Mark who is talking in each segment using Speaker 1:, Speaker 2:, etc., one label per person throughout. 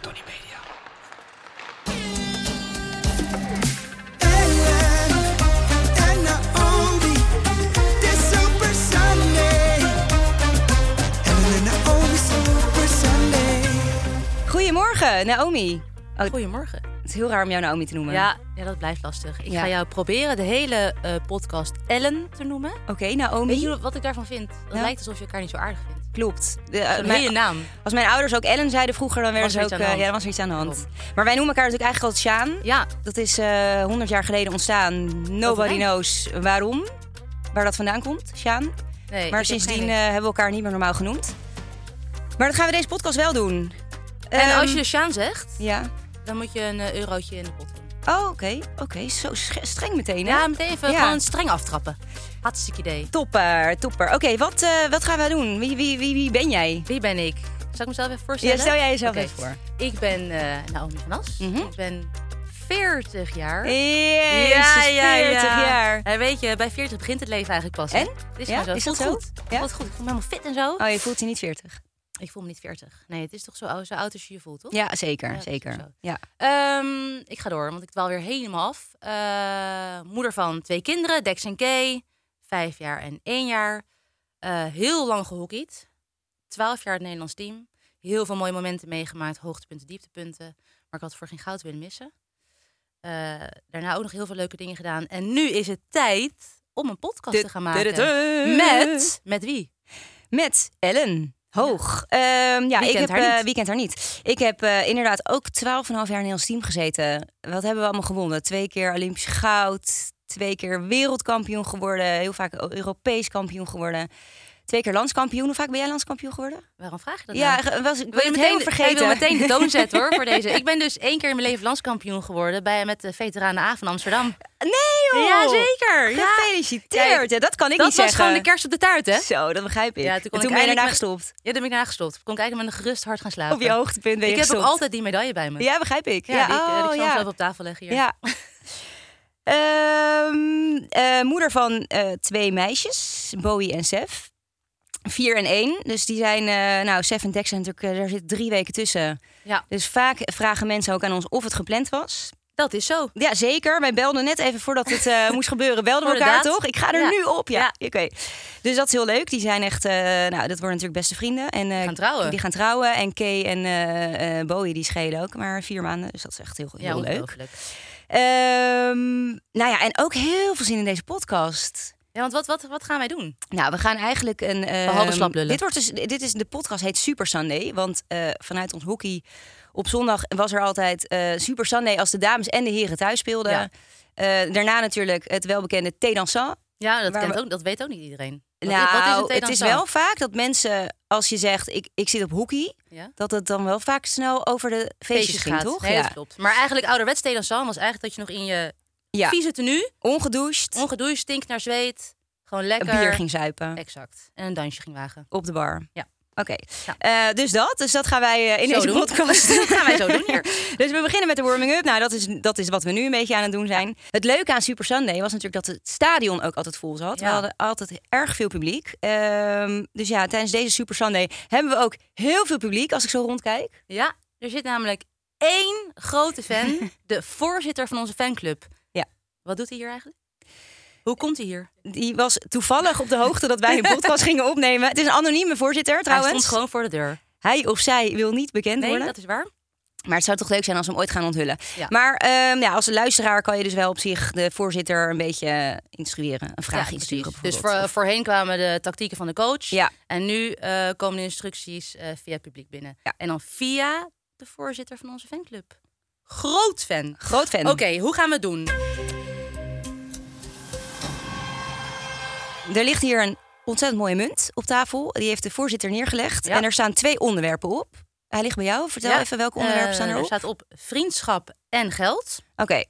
Speaker 1: Tony Media.
Speaker 2: Goedemorgen, Naomi.
Speaker 3: Goedemorgen.
Speaker 2: Het is heel raar om jou Naomi te noemen.
Speaker 3: Ja, ja, dat blijft lastig. Ik
Speaker 2: Ja.
Speaker 3: ga jou proberen de hele eh, podcast Ellen te noemen.
Speaker 2: Oké, Naomi.
Speaker 3: Weet je wat ik daarvan vind? Het
Speaker 2: Ja.
Speaker 3: lijkt alsof je elkaar niet zo aardig vindt.
Speaker 2: Klopt. De, eh,
Speaker 3: Zo'n
Speaker 2: mijn-
Speaker 3: hele naam.
Speaker 2: Als mijn ouders ook Ellen zeiden vroeger, dan werden
Speaker 3: Was
Speaker 2: ze
Speaker 3: er
Speaker 2: ook...
Speaker 3: iets aan de
Speaker 2: eh, ja,
Speaker 3: hand?
Speaker 2: dan was er iets aan de hand.
Speaker 3: Klopt.
Speaker 2: Maar wij noemen elkaar natuurlijk eigenlijk altijd Sjaan.
Speaker 3: Ja,
Speaker 2: Dat is eh 100 jaar geleden ontstaan. Nobody
Speaker 3: rijmt.
Speaker 2: knows waarom. Waar dat vandaan komt, Sjaan.
Speaker 3: nee.
Speaker 2: Maar
Speaker 3: ik heb
Speaker 2: sindsdien
Speaker 3: geen
Speaker 2: eh,
Speaker 3: idee.
Speaker 2: hebben we elkaar niet meer normaal genoemd. Maar dat gaan we deze podcast wel doen.
Speaker 3: en
Speaker 2: Ehm,
Speaker 3: als je Sjaan zegt,
Speaker 2: Ja.
Speaker 3: dan moet je een eh, eurotje in de pot doen.
Speaker 2: Oh, oké. Oké, zo sch- streng meteen, hè?
Speaker 3: Ja, meteen even
Speaker 2: Ja.
Speaker 3: gewoon streng aftrappen. Hartstikke idee.
Speaker 2: Topper, topper. Oké, wat, eh, wat gaan we doen? Wie, wie, wie, wie ben jij?
Speaker 3: Wie ben ik? Zal ik mezelf even voorstellen?
Speaker 2: Ja, stel jij jezelf
Speaker 3: Oké.
Speaker 2: even voor.
Speaker 3: Ik ben eh Naomi van As.
Speaker 2: Mhm.
Speaker 3: Ik ben 40 jaar.
Speaker 2: Jezus, 40 jaar.
Speaker 3: Ja, weet je, bij 40 begint het leven eigenlijk pas. hè?
Speaker 2: En?
Speaker 3: Het Is
Speaker 2: Ja,
Speaker 3: maar zo.
Speaker 2: is
Speaker 3: Voelt
Speaker 2: dat zo?
Speaker 3: goed.
Speaker 2: Ja?
Speaker 3: Voelt goed. Ik voel me helemaal fit en zo.
Speaker 2: Oh, je voelt je niet 40.
Speaker 3: Ik voel me niet 40. Nee, het is toch zo, oud- zo oud als je je voelt, toch?
Speaker 2: Ja, zeker,
Speaker 3: Ja, dat is ook
Speaker 2: zeker.
Speaker 3: zo.
Speaker 2: Ja.
Speaker 3: Ehm, ik ga door, want ik dwaal weer helemaal af. Eh, moeder van twee kinderen, Dex en Kay. Vijf jaar en één jaar. Eh, heel lang gehockeyd. Twaalf jaar het Nederlands team. Heel veel mooie momenten meegemaakt. Hoogtepunten, dieptepunten. Maar ik had voor geen goud willen missen. Eh, daarna ook nog heel veel leuke dingen gedaan. En nu is het tijd om een podcast te gaan maken.
Speaker 2: Du-du-du.
Speaker 3: Met, met wie?
Speaker 2: Met Ellen. Hoog. Ja, ja
Speaker 3: Wie
Speaker 2: ik heb,
Speaker 3: kent haar
Speaker 2: eh,
Speaker 3: niet?
Speaker 2: wie kent haar niet? Ik heb eh, inderdaad ook 12,5 jaar in Nederlands team gezeten. Wat hebben we allemaal gewonnen? Twee keer Olympisch goud. Twee keer wereldkampioen geworden. Heel vaak Europees kampioen geworden. Twee keer landskampioen. Hoe vaak ben jij landskampioen geworden?
Speaker 3: Waarom vraag je dat nou?
Speaker 2: Ja, ge- was, ik ben het helemaal vergeten.
Speaker 3: Ik wil meteen de toon zetten hoor voor deze. Ik ben dus één keer in mijn leven landskampioen geworden bij, met de veteranen A van Amsterdam.
Speaker 2: Nee joh!
Speaker 3: Jazeker! Ja.
Speaker 2: Gefeliciteerd!
Speaker 3: Kijk,
Speaker 2: Ja, dat kan ik
Speaker 3: dat
Speaker 2: niet
Speaker 3: was
Speaker 2: zeggen.
Speaker 3: gewoon de kerst op de taart, hè?
Speaker 2: Zo, dat begrijp ik.
Speaker 3: Ja,
Speaker 2: En
Speaker 3: toen
Speaker 2: toen,
Speaker 3: kon ik
Speaker 2: ben je
Speaker 3: eindelijk
Speaker 2: daarna
Speaker 3: met-
Speaker 2: gestopt.
Speaker 3: Ja, daar ben ik naar gestopt. Kon ik eigenlijk met een gerust hart gaan slapen.
Speaker 2: Op je hoogtepunt ben je
Speaker 3: Ik heb ook
Speaker 2: gestopt.
Speaker 3: altijd die medaille bij me.
Speaker 2: Ja, begrijp ik.
Speaker 3: Ja, die ik, eh, die ik
Speaker 2: oh,
Speaker 3: zal
Speaker 2: ja.
Speaker 3: zelf op tafel leggen hier.
Speaker 2: Ja. Ehm, eh, moeder van eh, twee meisjes, Bowie en Sef. Vier en één. Dus die zijn, eh, nou, Sef en Dex zijn natuurlijk, eh, daar zit drie weken tussen.
Speaker 3: Ja.
Speaker 2: Dus vaak vragen mensen ook aan ons of het gepland was.
Speaker 3: Dat is zo.
Speaker 2: Ja, zeker. Wij belden net even voordat het eh, moest gebeuren. Belden we
Speaker 3: Voor de
Speaker 2: elkaar
Speaker 3: daad.
Speaker 2: toch? Ik ga er
Speaker 3: Ja.
Speaker 2: nu op. Ja,
Speaker 3: Ja.
Speaker 2: oké. Dus dat is heel leuk. Die zijn echt, eh, nou, dat worden natuurlijk beste vrienden. En, eh,
Speaker 3: gaan trouwen.
Speaker 2: Die gaan trouwen. En Kay en eh, eh, Bowie, die schelen ook maar vier maanden. Dus dat is echt heel, heel
Speaker 3: ja,
Speaker 2: leuk.
Speaker 3: ongelooflijk.
Speaker 2: Ehm, nou ja, en ook heel veel zin in deze podcast.
Speaker 3: Ja, want wat, wat, wat gaan wij doen?
Speaker 2: Nou, we gaan eigenlijk een. ehm,
Speaker 3: Behalve slaplullen.
Speaker 2: Dit wordt dus, dit is de podcast heet Super Sunday, want eh, vanuit ons hockey op zondag was er altijd eh, Super Sunday als de dames en de heren thuis speelden.
Speaker 3: Ja.
Speaker 2: Eh, daarna natuurlijk het welbekende thé dansant.
Speaker 3: Ja, dat,
Speaker 2: Waar
Speaker 3: kent
Speaker 2: we-
Speaker 3: ook, dat weet ook niet iedereen. Wat,
Speaker 2: Nou,
Speaker 3: wat is een
Speaker 2: het is
Speaker 3: theedansant?
Speaker 2: wel vaak dat mensen als je zegt ik, ik zit op hockey,
Speaker 3: Ja.
Speaker 2: dat het dan wel vaak snel over de feestjes, ging,
Speaker 3: gaat.
Speaker 2: toch?
Speaker 3: Nee, dat klopt. Maar eigenlijk ouderwets theedansant was eigenlijk dat je nog in je
Speaker 2: ja.
Speaker 3: vieze tenue,
Speaker 2: Ongedoucht,
Speaker 3: ongedoucht, stinkt naar zweet, gewoon
Speaker 2: een
Speaker 3: lekker.
Speaker 2: bier ging zuipen.
Speaker 3: Exact. En een dansje ging wagen.
Speaker 2: op de bar.
Speaker 3: Ja.
Speaker 2: Oké, Eh, dus dat. Dus dat gaan wij eh, in
Speaker 3: Zo
Speaker 2: deze
Speaker 3: doen.
Speaker 2: podcast.
Speaker 3: Dat gaan wij zo doen hier.
Speaker 2: Dus we beginnen met de warming-up. Nou, dat is, dat is wat we nu een beetje aan het doen zijn. Het leuke aan Super Sunday was natuurlijk dat het stadion ook altijd vol zat. We
Speaker 3: Ja.
Speaker 2: hadden altijd erg veel publiek. Ehm, dus ja, tijdens deze Super Sunday hebben we ook heel veel publiek, als ik zo rondkijk.
Speaker 3: Ja, er zit namelijk één grote fan, de voorzitter van onze fanclub.
Speaker 2: Ja.
Speaker 3: Wat doet hij hier eigenlijk? Hoe komt hij hier?
Speaker 2: Die was toevallig op de hoogte dat wij een podcast gingen opnemen. Het is een anonieme voorzitter
Speaker 3: Hij
Speaker 2: trouwens.
Speaker 3: stond gewoon voor de deur.
Speaker 2: Hij of zij wil niet bekend
Speaker 3: Nee,
Speaker 2: worden.
Speaker 3: dat is waar.
Speaker 2: Maar het zou toch leuk zijn als we hem ooit gaan onthullen.
Speaker 3: Ja.
Speaker 2: Maar ehm, ja, als luisteraar kan je dus wel op zich de voorzitter een beetje eh, instrueren. Een vraag
Speaker 3: Ja,
Speaker 2: insturen
Speaker 3: precies. Dus
Speaker 2: bijvoorbeeld.
Speaker 3: voor- voorheen kwamen de tactieken van de coach.
Speaker 2: Ja.
Speaker 3: En nu eh, komen de instructies eh, via het publiek binnen.
Speaker 2: Ja.
Speaker 3: En dan via de voorzitter van onze fanclub. Groot fan.
Speaker 2: Groot fan.
Speaker 3: Oké, hoe gaan we het doen? eh,
Speaker 2: Er ligt hier een ontzettend mooie munt op tafel. Die heeft de voorzitter neergelegd.
Speaker 3: Ja.
Speaker 2: En er staan twee onderwerpen op. Hij ligt bij jou. Vertel
Speaker 3: Ja,
Speaker 2: even welke onderwerpen
Speaker 3: eh,
Speaker 2: staan
Speaker 3: Er
Speaker 2: erop.
Speaker 3: staat op vriendschap en geld.
Speaker 2: Oké.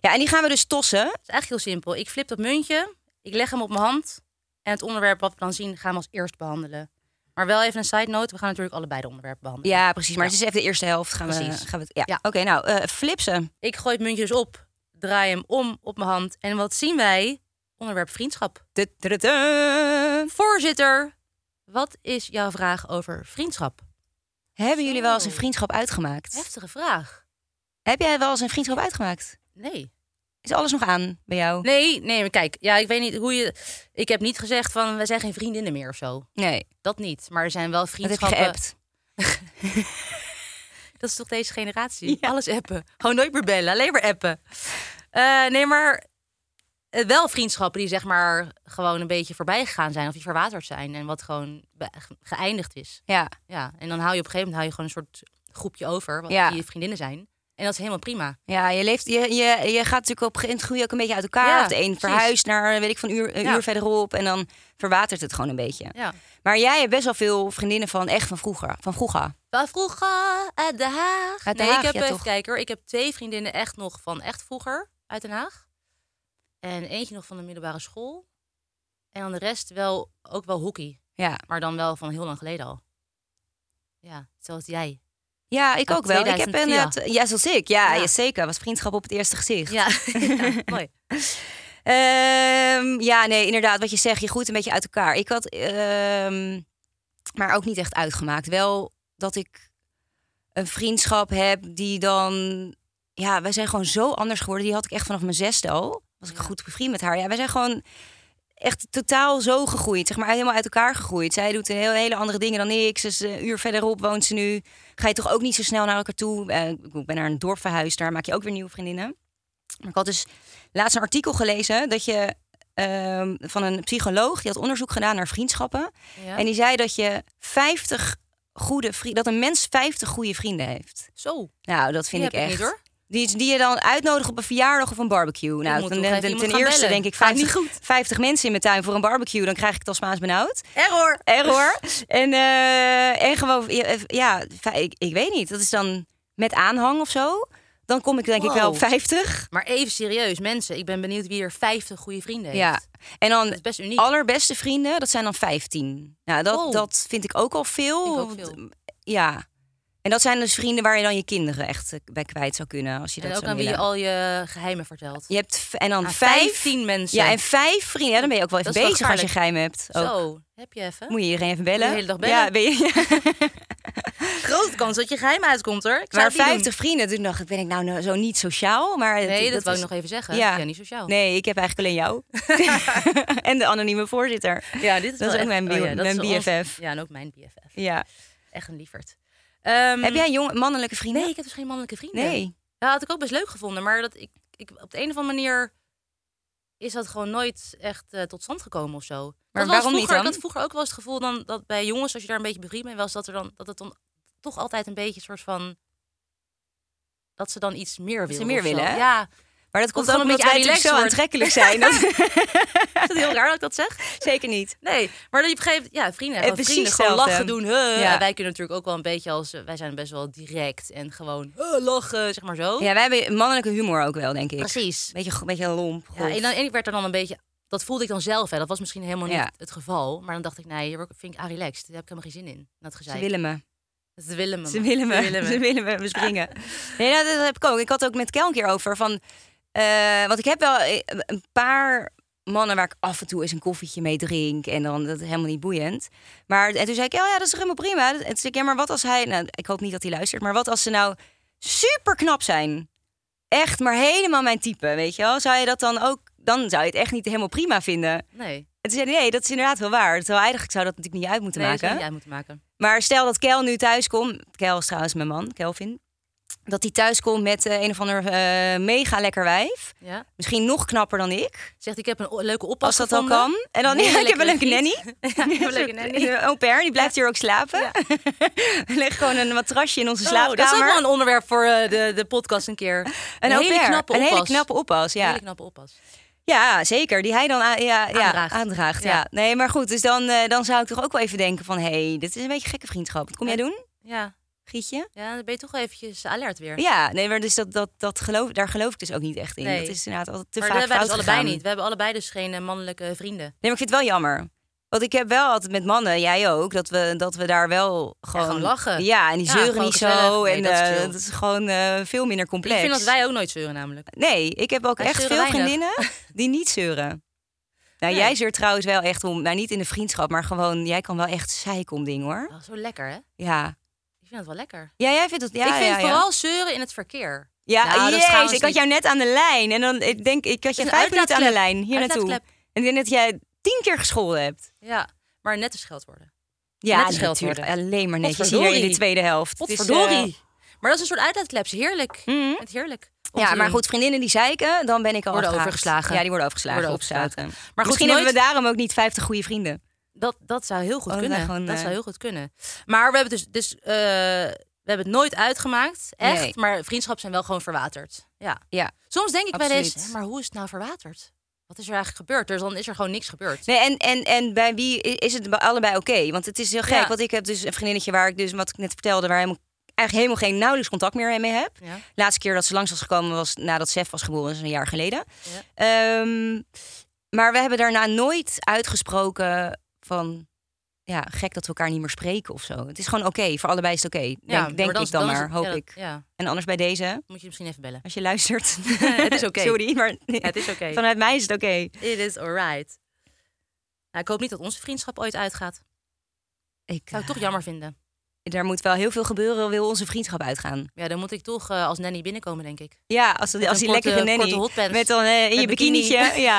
Speaker 2: Ja, en die gaan we dus tossen.
Speaker 3: Het is eigenlijk heel simpel. Ik flip dat muntje, ik leg hem op mijn hand. En het onderwerp wat we dan zien, gaan we als eerst behandelen. Maar wel even een side note, we gaan natuurlijk allebei de onderwerpen behandelen.
Speaker 2: Ja, precies. Maar het is even de eerste helft. Gaan
Speaker 3: Precies.
Speaker 2: we, gaan we, ja.
Speaker 3: Ja.
Speaker 2: Oké, nou, eh flip ze.
Speaker 3: Ik gooi het muntje dus op, draai hem om op mijn hand. En wat zien wij? Onderwerp vriendschap.
Speaker 2: Tut, tut, tut.
Speaker 3: Voorzitter, wat is jouw vraag over vriendschap?
Speaker 2: Hebben jullie wel eens een
Speaker 3: Zo.
Speaker 2: vriendschap uitgemaakt?
Speaker 3: Heftige vraag.
Speaker 2: Heb jij wel eens een vriendschap uitgemaakt?
Speaker 3: Nee.
Speaker 2: Is alles nog aan bij jou?
Speaker 3: Nee, nee, maar kijk, ja, ik weet niet hoe je. Ik heb niet gezegd van we zijn geen vriendinnen meer of zo.
Speaker 2: Nee.
Speaker 3: Dat niet. Maar er zijn wel
Speaker 2: Dat heb je
Speaker 3: vriendschappen.
Speaker 2: geappt.
Speaker 3: Dat is toch deze generatie? Alles appen. Gewoon nooit meer bellen, alleen maar appen. Eh, nee, maar eh, wel vriendschappen die zeg maar gewoon een beetje voorbij gegaan zijn of die verwaterd zijn en wat gewoon be- ge- geëindigd is.
Speaker 2: Ja.
Speaker 3: Ja, en dan hou je op een gegeven moment hou je gewoon een soort groepje over wat
Speaker 2: Ja.
Speaker 3: die je vriendinnen zijn. En dat is helemaal prima.
Speaker 2: Ja, je, leeft, je, je, je gaat natuurlijk op een gegeven moment groei je ook een beetje uit elkaar.
Speaker 3: Ja,
Speaker 2: of de een
Speaker 3: precies.
Speaker 2: verhuist naar, weet ik, van uur, een
Speaker 3: Ja.
Speaker 2: uur verderop. En dan verwatert het gewoon een beetje.
Speaker 3: Ja.
Speaker 2: Maar jij hebt best wel veel vriendinnen van echt van vroeger. Van vroeger.
Speaker 3: Wel vroeger uit Den Haag.
Speaker 2: Uit Den
Speaker 3: nee,
Speaker 2: Haag,
Speaker 3: ik heb
Speaker 2: ja,
Speaker 3: even
Speaker 2: toch?
Speaker 3: kijken hoor. Ik heb twee vriendinnen echt nog van echt vroeger uit Den Haag. En eentje nog van de middelbare school. En dan de rest wel, ook wel hockey.
Speaker 2: Ja,
Speaker 3: Maar dan wel van heel lang geleden al. Ja, zoals jij.
Speaker 2: ja ik
Speaker 3: Ja,
Speaker 2: ook wel. Ik heb
Speaker 3: 2004.
Speaker 2: een, eh, ja, zoals ik. Ja,
Speaker 3: Ja.
Speaker 2: ja. zeker. Was vriendschap op het eerste gezicht.
Speaker 3: Ja, mooi.
Speaker 2: Ehm, ja, nee, inderdaad. Wat je zegt, je groeit een beetje uit elkaar. Ik had, ehm, maar ook niet echt uitgemaakt. Wel dat ik een vriendschap heb die dan... Ja, wij zijn gewoon zo anders geworden. Die had ik echt vanaf mijn zesde al. Was ik goed bevriend met haar. Ja, wij zijn gewoon echt totaal zo gegroeid. Zeg maar helemaal uit elkaar gegroeid. Zij doet een heel, hele andere dingen dan ik. Ze is eh, een uur verderop, woont ze nu. Ga je toch ook niet zo snel naar elkaar toe. Eh, ik bedoel, ik ben naar een dorp verhuisd. Daar maak je ook weer nieuwe vriendinnen. Maar ik had dus laatst een artikel gelezen dat je ehm, van een psycholoog die had onderzoek gedaan naar vriendschappen. En die zei dat je 50 goede vri- dat een mens 50 goede vrienden heeft.
Speaker 3: Zo.
Speaker 2: Nou, dat vind
Speaker 3: Die
Speaker 2: ik
Speaker 3: heb
Speaker 2: echt.
Speaker 3: ik niet, hoor.
Speaker 2: Die, die je dan uitnodigt op een verjaardag of een barbecue. Nou,
Speaker 3: moet
Speaker 2: ten,
Speaker 3: nog even
Speaker 2: ten-
Speaker 3: iemand
Speaker 2: ten
Speaker 3: gaan
Speaker 2: eerste
Speaker 3: bellen.
Speaker 2: denk ik
Speaker 3: Gaat
Speaker 2: 50,
Speaker 3: niet goed.
Speaker 2: 50 mensen in mijn tuin voor een barbecue. Dan krijg ik het als Maas benauwd.
Speaker 3: Error.
Speaker 2: Error. en, eh, en gewoon, ja, ja, ik, ik weet niet. Dat is dan met aanhang of zo. Dan kom ik denk ik wel op
Speaker 3: Wow.
Speaker 2: 50.
Speaker 3: Maar even serieus, mensen. Ik ben benieuwd wie er 50 goede vrienden heeft.
Speaker 2: Ja, en dan
Speaker 3: Dat is best uniek.
Speaker 2: allerbeste vrienden, dat zijn dan 15. Nou, dat,
Speaker 3: Wow.
Speaker 2: dat vind ik ook al veel.
Speaker 3: Vind ik ook
Speaker 2: Want,
Speaker 3: veel.
Speaker 2: m, Ja. En dat zijn dus vrienden waar je dan je kinderen echt eh, bij kwijt zou kunnen. Als je
Speaker 3: En
Speaker 2: dat
Speaker 3: ook
Speaker 2: zou
Speaker 3: aan wie je
Speaker 2: willen.
Speaker 3: al je geheimen vertelt.
Speaker 2: Je hebt v- en dan
Speaker 3: Aan
Speaker 2: vijf.
Speaker 3: 15 Ah, mensen.
Speaker 2: Ja, en vijf vrienden. Ja, dan ben je ook wel even
Speaker 3: Dat is wel
Speaker 2: bezig als je een geheim hebt. Ook.
Speaker 3: Zo, heb je even.
Speaker 2: Moet je iedereen even bellen?
Speaker 3: De hele dag
Speaker 2: Ja,
Speaker 3: bellen.
Speaker 2: ben je,
Speaker 3: Grote kans dat je geheim uitkomt hoor. Ik
Speaker 2: maar
Speaker 3: zou het niet doen.
Speaker 2: 50 vrienden. Toen dacht ik, ben ik nou nou zo niet sociaal? Maar het-
Speaker 3: Nee, dat, wou
Speaker 2: is-
Speaker 3: ik nog even oh. zeggen.
Speaker 2: Ja.
Speaker 3: Ja, niet sociaal.
Speaker 2: Nee, ik heb eigenlijk alleen jou. en de anonieme voorzitter.
Speaker 3: Ja, dit
Speaker 2: Dat is
Speaker 3: is wel
Speaker 2: ook
Speaker 3: echt-
Speaker 2: mijn bio-
Speaker 3: dat
Speaker 2: mijn
Speaker 3: is wel ons-
Speaker 2: BFF.
Speaker 3: Ja, en ook mijn BFF.
Speaker 2: Ja.
Speaker 3: Echt een lieverd. Ehm,
Speaker 2: Heb jij jong, mannelijke vrienden?
Speaker 3: Nee, ik heb dus geen mannelijke vrienden.
Speaker 2: Nee.
Speaker 3: Dat had ik ook best leuk gevonden, maar dat ik, ik op de een of andere manier is dat gewoon nooit echt eh, tot stand gekomen of
Speaker 2: Maar
Speaker 3: zo. dat was
Speaker 2: waarom niet
Speaker 3: vroeger,
Speaker 2: dan?
Speaker 3: Ik had vroeger ook wel eens het gevoel dan, dat bij jongens, als je daar een beetje bevriend mee was, dat, er dan, dat het dan toch altijd een beetje een soort van... Dat ze dan iets meer willen.
Speaker 2: ze meer
Speaker 3: of zo.
Speaker 2: willen, hè?
Speaker 3: Ja,
Speaker 2: Maar dat komt
Speaker 3: het
Speaker 2: ook
Speaker 3: gewoon een
Speaker 2: omdat wij
Speaker 3: beetje
Speaker 2: natuurlijk zo
Speaker 3: relaxed
Speaker 2: aantrekkelijk zijn. Dat,
Speaker 3: is dat heel raar dat ik dat zeg?
Speaker 2: zeker niet.
Speaker 3: Nee, maar dat je op een gegeven moment, ja, vrienden,
Speaker 2: Het
Speaker 3: gewoon
Speaker 2: is Eh,
Speaker 3: vrienden
Speaker 2: precies
Speaker 3: gewoon lachen
Speaker 2: hetzelfde.
Speaker 3: doen. huh.
Speaker 2: Ja.
Speaker 3: En wij kunnen natuurlijk ook wel een beetje als, eh, wij zijn best wel direct en gewoon huh, lachen, zeg maar zo.
Speaker 2: Ja, wij hebben mannelijke humor ook wel, denk ik.
Speaker 3: Precies.
Speaker 2: Beetje, beetje lomp.
Speaker 3: Ja,
Speaker 2: grof.
Speaker 3: en, dan, en ik werd er dan een beetje... Dat voelde ik dan zelf, hè. dat was misschien helemaal niet
Speaker 2: Ja.
Speaker 3: het geval. Maar dan dacht ik, nee, hier vind ik aan relaxed. Daar heb ik helemaal geen zin in. Dat
Speaker 2: Ze
Speaker 3: gezeik.
Speaker 2: willen me.
Speaker 3: Ze willen me.
Speaker 2: Ze
Speaker 3: man.
Speaker 2: willen me.
Speaker 3: Ze willen me.
Speaker 2: Ze willen me bespringen. Nee, nou, dat heb ik ook. Ik had ook met Kel een keer over van... eh, want ik heb wel eh, een paar mannen waar ik af en toe eens een koffietje mee drink. En dan, dat is helemaal niet boeiend. Maar en toen zei ik, oh ja, dat is helemaal prima. En toen zei ik, ja, maar wat als hij... Nou, ik hoop niet dat hij luistert. Maar wat als ze nou super knap zijn? Echt, maar helemaal mijn type, weet je wel? Zou je dat dan ook... dan zou je het echt niet helemaal prima vinden.
Speaker 3: Nee.
Speaker 2: En toen zei hij, nee, dat is inderdaad wel waar. Terwijl eigenlijk zou dat natuurlijk niet uit moeten
Speaker 3: Nee, dat zou
Speaker 2: maken.
Speaker 3: je niet uit moeten maken.
Speaker 2: Maar stel dat Kel nu thuis komt. Kel is trouwens mijn man, Kelvin. Dat hij thuis komt met eh, een of ander eh, mega lekker wijf.
Speaker 3: Ja.
Speaker 2: Misschien nog knapper dan ik.
Speaker 3: Zegt, ik heb een o- leuke oppas
Speaker 2: Als dat al
Speaker 3: gevonden.
Speaker 2: kan. En dan,
Speaker 3: Een hele
Speaker 2: ja, ik heb een leuke
Speaker 3: lekkere
Speaker 2: nanny.
Speaker 3: giet. ja, ik heb een leuke nanny.
Speaker 2: Een eh, au pair, die blijft hier ook slapen. Leg gewoon een matrasje in onze
Speaker 3: Oh, dat is ook
Speaker 2: slaapkamer.
Speaker 3: wel een onderwerp voor eh, de, de podcast een keer.
Speaker 2: Een au
Speaker 3: hele
Speaker 2: pair,
Speaker 3: knappe
Speaker 2: Een
Speaker 3: oppas.
Speaker 2: hele knappe oppas,
Speaker 3: Een
Speaker 2: ja.
Speaker 3: hele knappe oppas.
Speaker 2: Ja, zeker. Die hij dan aan- ja, ja, aandraagt.
Speaker 3: Aandraagt.
Speaker 2: ja.
Speaker 3: Ja.
Speaker 2: Nee, maar goed. Dus dan, eh, dan zou ik toch ook wel even denken van... hé, hey, dit is een beetje gekke vriendschap. Wat kom jij doen,
Speaker 3: Ja.
Speaker 2: Gietje?
Speaker 3: ja, dan ben je toch wel eventjes alert weer.
Speaker 2: Ja, nee, maar dus dat, dat, dat geloof, daar geloof ik dus ook niet echt in.
Speaker 3: Nee.
Speaker 2: Dat is inderdaad altijd te
Speaker 3: maar dat
Speaker 2: vaak
Speaker 3: hebben wij
Speaker 2: fout
Speaker 3: dus allebei
Speaker 2: gegaan.
Speaker 3: niet. We hebben allebei dus geen eh, mannelijke vrienden.
Speaker 2: Nee, maar ik vind het wel jammer. Want ik heb wel altijd met mannen, jij ook, dat we, dat we daar wel gewoon...
Speaker 3: gewoon lachen.
Speaker 2: Ja, en die
Speaker 3: Ja,
Speaker 2: zeuren
Speaker 3: gewoon
Speaker 2: niet zo.
Speaker 3: gezellig. Nee,
Speaker 2: en
Speaker 3: dat is
Speaker 2: eh,
Speaker 3: chill.
Speaker 2: dat is gewoon eh, veel minder complex.
Speaker 3: Ik vind dat wij ook nooit zeuren namelijk.
Speaker 2: Nee, ik heb ook
Speaker 3: Wij
Speaker 2: echt veel
Speaker 3: zeuren weinig.
Speaker 2: vriendinnen die niet zeuren. Nou,
Speaker 3: Nee.
Speaker 2: jij zeurt trouwens wel echt om, nou niet in de vriendschap, maar gewoon, jij kan wel echt zeiken om dingen hoor.
Speaker 3: Oh, zo lekker, hè?
Speaker 2: Ja.
Speaker 3: Ik vind het wel lekker.
Speaker 2: Ja, jij vindt dat. Ja,
Speaker 3: ik vind
Speaker 2: ja, ja.
Speaker 3: vooral zeuren in het verkeer.
Speaker 2: Ja,
Speaker 3: Nou, dat is
Speaker 2: jezus,
Speaker 3: trouwens
Speaker 2: ik had
Speaker 3: niet-
Speaker 2: jou net aan de lijn en dan, ik denk, ik had je
Speaker 3: is een
Speaker 2: vijf minuten aan de
Speaker 3: uitlaatklep.
Speaker 2: lijn hier naartoe. En
Speaker 3: Uitlaatklep.
Speaker 2: ik denk dat jij tien keer gescholden hebt.
Speaker 3: Ja, maar net te scheld worden.
Speaker 2: Ja,
Speaker 3: Net gescheld
Speaker 2: natuurlijk.
Speaker 3: worden.
Speaker 2: Alleen maar netjes hier in de
Speaker 3: Potverdorie.
Speaker 2: tweede helft. Het is,
Speaker 3: Potverdorie.
Speaker 2: eh,
Speaker 3: Maar dat is een soort uitlaatklep. Heerlijk.
Speaker 2: Mhm.
Speaker 3: Het heerlijk. om
Speaker 2: ja,
Speaker 3: te
Speaker 2: maar
Speaker 3: doen.
Speaker 2: goed, vriendinnen die zeiken, dan ben ik al
Speaker 3: Worden
Speaker 2: afgehaakt.
Speaker 3: overgeslagen.
Speaker 2: Ja, die worden overgeslagen.
Speaker 3: Worden overgeslagen.
Speaker 2: opzouten.
Speaker 3: Maar goed,
Speaker 2: Misschien
Speaker 3: nooit-
Speaker 2: hebben we daarom ook niet 50 goede vrienden.
Speaker 3: Dat, dat zou heel goed
Speaker 2: Oh, dat
Speaker 3: kunnen.
Speaker 2: wij gewoon,
Speaker 3: dat
Speaker 2: eh,
Speaker 3: zou heel goed kunnen. Maar we hebben dus, dus eh, we hebben het nooit uitgemaakt. Echt.
Speaker 2: Nee.
Speaker 3: Maar vriendschappen zijn wel gewoon verwaterd. Ja.
Speaker 2: Ja.
Speaker 3: Soms denk ik wel eens,
Speaker 2: Absoluut.
Speaker 3: "Hè, maar hoe is het nou verwaterd? Wat is er eigenlijk gebeurd? Dus dan is er gewoon niks gebeurd.
Speaker 2: Nee, en, en, en bij wie i- is het bij allebei oké? Want het is heel gek,
Speaker 3: Ja.
Speaker 2: want ik heb dus een vriendinnetje waar ik dus, wat ik net vertelde, waar helemaal, eigenlijk helemaal geen nauwelijks contact meer mee heb.
Speaker 3: Ja.
Speaker 2: Laatste keer dat ze langs was gekomen was nadat Sef was geboren, dat is een jaar geleden. Ehm, maar we hebben daarna nooit uitgesproken van, ja, gek dat we elkaar niet meer spreken of zo. Het is gewoon oké, voor allebei is het oké,
Speaker 3: Ja,
Speaker 2: denk, denk
Speaker 3: maar
Speaker 2: ik dan,
Speaker 3: is
Speaker 2: maar,
Speaker 3: het-
Speaker 2: hoop
Speaker 3: ja, dat-
Speaker 2: ik.
Speaker 3: Ja,
Speaker 2: En anders bij deze,
Speaker 3: moet je misschien even bellen.
Speaker 2: als je luistert.
Speaker 3: Het is oké.
Speaker 2: Sorry, maar
Speaker 3: Het is oké.
Speaker 2: vanuit mij is het oké.
Speaker 3: It is alright. Nou, ik hoop niet dat onze vriendschap ooit uitgaat.
Speaker 2: Ik,
Speaker 3: Zou ik eh, toch jammer vinden.
Speaker 2: daar moet wel heel veel gebeuren, wil onze vriendschap uitgaan.
Speaker 3: Ja, dan moet ik toch eh, als nanny binnenkomen, denk ik.
Speaker 2: Ja, als, als
Speaker 3: een
Speaker 2: die
Speaker 3: korte-
Speaker 2: lekkere nanny.
Speaker 3: korte hotpants.
Speaker 2: Met dan eh, in
Speaker 3: Met
Speaker 2: je
Speaker 3: bikini.
Speaker 2: bikinietje. Ja.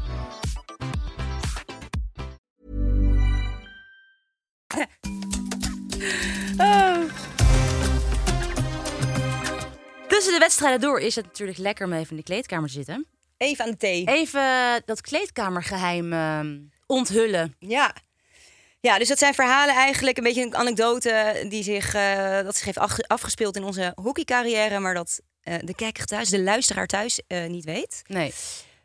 Speaker 3: Tussen de wedstrijden door is het natuurlijk lekker om even in de kleedkamer te zitten.
Speaker 2: Even aan de thee.
Speaker 3: Even eh, dat kleedkamergeheim ehm, onthullen.
Speaker 2: Ja. Ja, dus dat zijn verhalen eigenlijk, een beetje een anekdote die zich, eh, dat zich heeft afge- afgespeeld in onze hockeycarrière, maar dat eh, de kijker thuis, de luisteraar thuis eh, niet weet.
Speaker 3: Nee,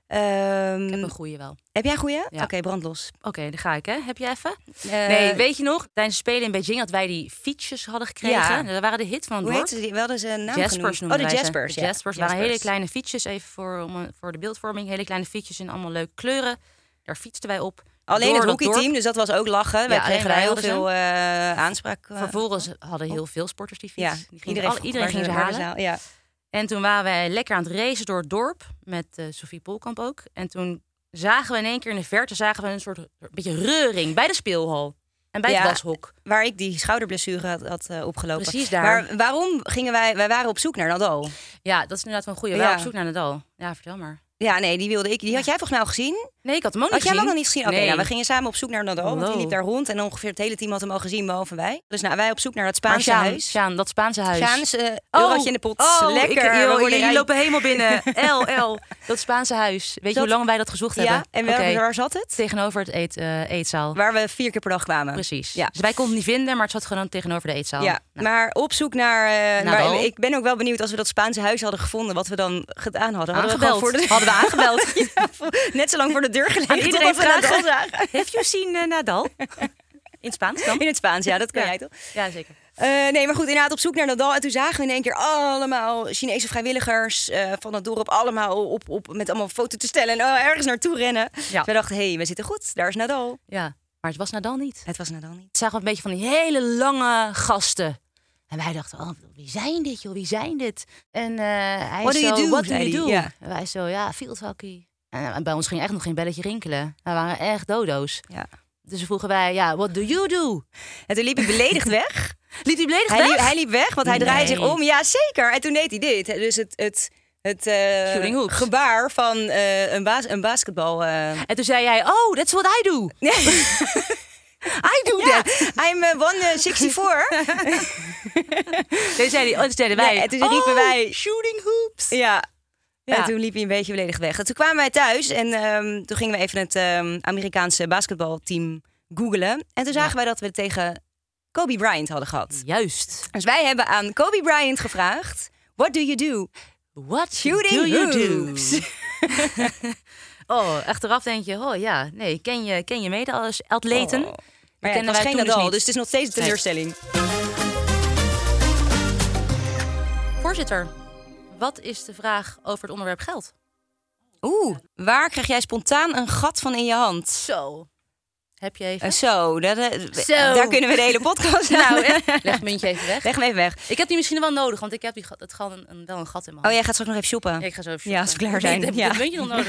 Speaker 2: Ehm,
Speaker 3: ik heb een goeie wel.
Speaker 2: heb jij een goeie? Oké,
Speaker 3: Ja.
Speaker 2: brandlos.
Speaker 3: Oké, dan ga ik, hè? Heb je even?
Speaker 2: Eh,
Speaker 3: nee, weet je nog? Tijdens de Spelen in Beijing dat wij die fietsjes hadden gekregen. Nou,
Speaker 2: Ja.
Speaker 3: Dat waren de hit van het
Speaker 2: Hoe
Speaker 3: dorp.
Speaker 2: heet ze? die? Wel eens een naam
Speaker 3: Jaspers
Speaker 2: genoemd.
Speaker 3: noemden
Speaker 2: Oh, de
Speaker 3: wij ze.
Speaker 2: Jaspers.
Speaker 3: De
Speaker 2: ja.
Speaker 3: Jaspers waren hele kleine fietsjes, even voor, om, een- voor de beeldvorming. Hele kleine fietsjes in allemaal leuke kleuren. Daar fietsten wij op.
Speaker 2: Alleen
Speaker 3: Door
Speaker 2: het
Speaker 3: dat
Speaker 2: hockeyteam,
Speaker 3: dorp.
Speaker 2: dus dat was ook lachen. wij
Speaker 3: alleen
Speaker 2: kregen daar
Speaker 3: wij
Speaker 2: heel
Speaker 3: hadden ze.
Speaker 2: veel eh, aanspraak. eh,
Speaker 3: Vervolgens hadden heel veel sporters die fiets.
Speaker 2: ja,
Speaker 3: Die gingen-
Speaker 2: iedereen,
Speaker 3: alle- iedereen ging ze
Speaker 2: waar de
Speaker 3: halen.
Speaker 2: zaal- Ja.
Speaker 3: En toen waren wij lekker aan het racen door het dorp. Met eh Sophie Polkamp ook. En toen zagen we in één keer in de verte zagen we een soort een beetje reuring bij de speelhal. En bij
Speaker 2: Ja.
Speaker 3: het washok.
Speaker 2: Waar ik die schouderblessure had, had eh, opgelopen.
Speaker 3: Precies daar.
Speaker 2: Maar waarom gingen wij... Wij waren op zoek naar Nadal.
Speaker 3: Ja, dat is inderdaad wel een goede. We
Speaker 2: Ja.
Speaker 3: waren op zoek naar Nadal. Ja, vertel maar.
Speaker 2: Ja, nee, die wilde ik. Die had jij volgens mij al gezien?
Speaker 3: Nee, ik had hem ook
Speaker 2: Had
Speaker 3: niet
Speaker 2: jij
Speaker 3: gezien.
Speaker 2: hem ook nog niet gezien? Oké,
Speaker 3: nee.
Speaker 2: nou, we gingen samen op zoek naar Nadal. Want die
Speaker 3: Hallo.
Speaker 2: liep daar rond en ongeveer het hele team had hem al gezien, behalve wij. Dus nou, wij op zoek naar dat
Speaker 3: Maar
Speaker 2: Spaanse
Speaker 3: Sjaan,
Speaker 2: huis.
Speaker 3: Sjaan, dat Spaanse huis.
Speaker 2: Sjaans, eh, eurotje in de pot.
Speaker 3: Oh,
Speaker 2: Lekker.
Speaker 3: Ik, joh,
Speaker 2: we worden
Speaker 3: jullie
Speaker 2: rijk.
Speaker 3: lopen helemaal binnen. L, L. Dat Spaanse huis. Weet je
Speaker 2: Dat-
Speaker 3: hoe lang wij dat gezocht
Speaker 2: Ja,
Speaker 3: hebben?
Speaker 2: en wel,
Speaker 3: Oké,
Speaker 2: waar zat het?
Speaker 3: Tegenover het eet, eh, eetzaal.
Speaker 2: Waar we vier keer per dag kwamen.
Speaker 3: Precies.
Speaker 2: Ja.
Speaker 3: Dus wij konden het niet vinden, maar het zat gewoon tegenover de eetzaal.
Speaker 2: Ja, maar op zoek naar... eh,
Speaker 3: Nadal.
Speaker 2: maar ik ben ook wel benieuwd als we dat Spaanse huis hadden gevonden... wat we dan gedaan hadden. Hadden we gewoon
Speaker 3: Aangebeld.
Speaker 2: voor de...
Speaker 3: Hadden we aangebeld.
Speaker 2: Ja, net zo lang voor de deur gelegen
Speaker 3: Aan iedereen
Speaker 2: totdat we Nadal
Speaker 3: vragen.
Speaker 2: zagen.
Speaker 3: Heeft you seen eh, Nadal? In het Spaans dan?
Speaker 2: In het Spaans, ja, dat kan jij toch?
Speaker 3: Ja, zeker.
Speaker 2: Eh, nee, maar goed, inderdaad op zoek naar Nadal. En toen zagen we in één keer allemaal Chinese vrijwilligers eh, van het dorp... allemaal op, op, met allemaal foto te stellen en oh, ergens naartoe rennen. Dus we dachten, hé, hey, we zitten goed, daar is Nadal.
Speaker 3: Ja, maar het was Nadal niet.
Speaker 2: Het was Nadal niet.
Speaker 3: Het zagen we een beetje van die hele lange gasten. En wij dachten, oh, wie zijn dit joh, wie zijn dit? En eh, hij
Speaker 2: What do
Speaker 3: zo,
Speaker 2: you do,
Speaker 3: what do
Speaker 2: zei hij,
Speaker 3: you do?
Speaker 2: ja.
Speaker 3: En wij zo, ja, field hockey. En, eh, bij ons ging echt nog geen belletje rinkelen. Wij waren echt dodo's.
Speaker 2: Ja.
Speaker 3: Dus vroegen wij, ja, what do you do?
Speaker 2: En toen liep hij beledigd weg.
Speaker 3: Liep hij beledigd
Speaker 2: hij,
Speaker 3: weg?
Speaker 2: Liep, hij liep weg, want hij draaide
Speaker 3: Nee.
Speaker 2: zich om. Ja, zeker. En toen deed hij dit. Dus het, het, het eh,
Speaker 3: Shooting hoops.
Speaker 2: gebaar van eh, een, baas, een basketbal... eh,
Speaker 3: En toen zei hij, oh, that's what I do. I do
Speaker 2: Ja,
Speaker 3: that.
Speaker 2: I'm eh, 164.
Speaker 3: Toen zei hij, oh, toen zeiden wij,
Speaker 2: Ja, en toen riepen
Speaker 3: oh,
Speaker 2: wij-
Speaker 3: shooting hoops.
Speaker 2: ja.
Speaker 3: Ja.
Speaker 2: En toen liep hij een beetje beledigd weg. En toen kwamen wij thuis en ehm, toen gingen we even het ehm, Amerikaanse basketbalteam googlen. En toen zagen wij dat we het tegen Kobe Bryant hadden
Speaker 3: Hmm.
Speaker 2: gehad.
Speaker 3: Juist.
Speaker 2: Dus wij hebben aan Kobe Bryant gevraagd: What do you do?
Speaker 3: What
Speaker 2: Shooting
Speaker 3: do you
Speaker 2: hoops.
Speaker 3: do? oh, achteraf denk je, oh ja, nee, ken je, ken je mede als atleten?
Speaker 2: Oh. Maar ja,
Speaker 3: kennen
Speaker 2: het was
Speaker 3: wij
Speaker 2: geen
Speaker 3: toen dus
Speaker 2: Nadal, dus,
Speaker 3: niet.
Speaker 2: het is nog steeds een
Speaker 3: Nee.
Speaker 2: teleurstelling.
Speaker 3: Voorzitter, wat is de vraag over het onderwerp geld?
Speaker 2: Oeh, waar krijg jij spontaan een gat van in je hand?
Speaker 3: Zo. Heb je even?
Speaker 2: Eh, Zo, dat, eh,
Speaker 3: Zo.
Speaker 2: daar kunnen we de hele podcast aan.
Speaker 3: nou, eh, leg het muntje even weg.
Speaker 2: Leg hem even weg.
Speaker 3: Ik heb die misschien wel nodig, want ik heb die, ga- het gewoon een, een- wel een gat in mijn
Speaker 2: Oh,
Speaker 3: hand.
Speaker 2: jij gaat straks nog even shoppen.
Speaker 3: Ik ga zo even
Speaker 2: Ja, als we klaar zijn,
Speaker 3: Ik heb
Speaker 2: ja.
Speaker 3: dat muntje nog nodig.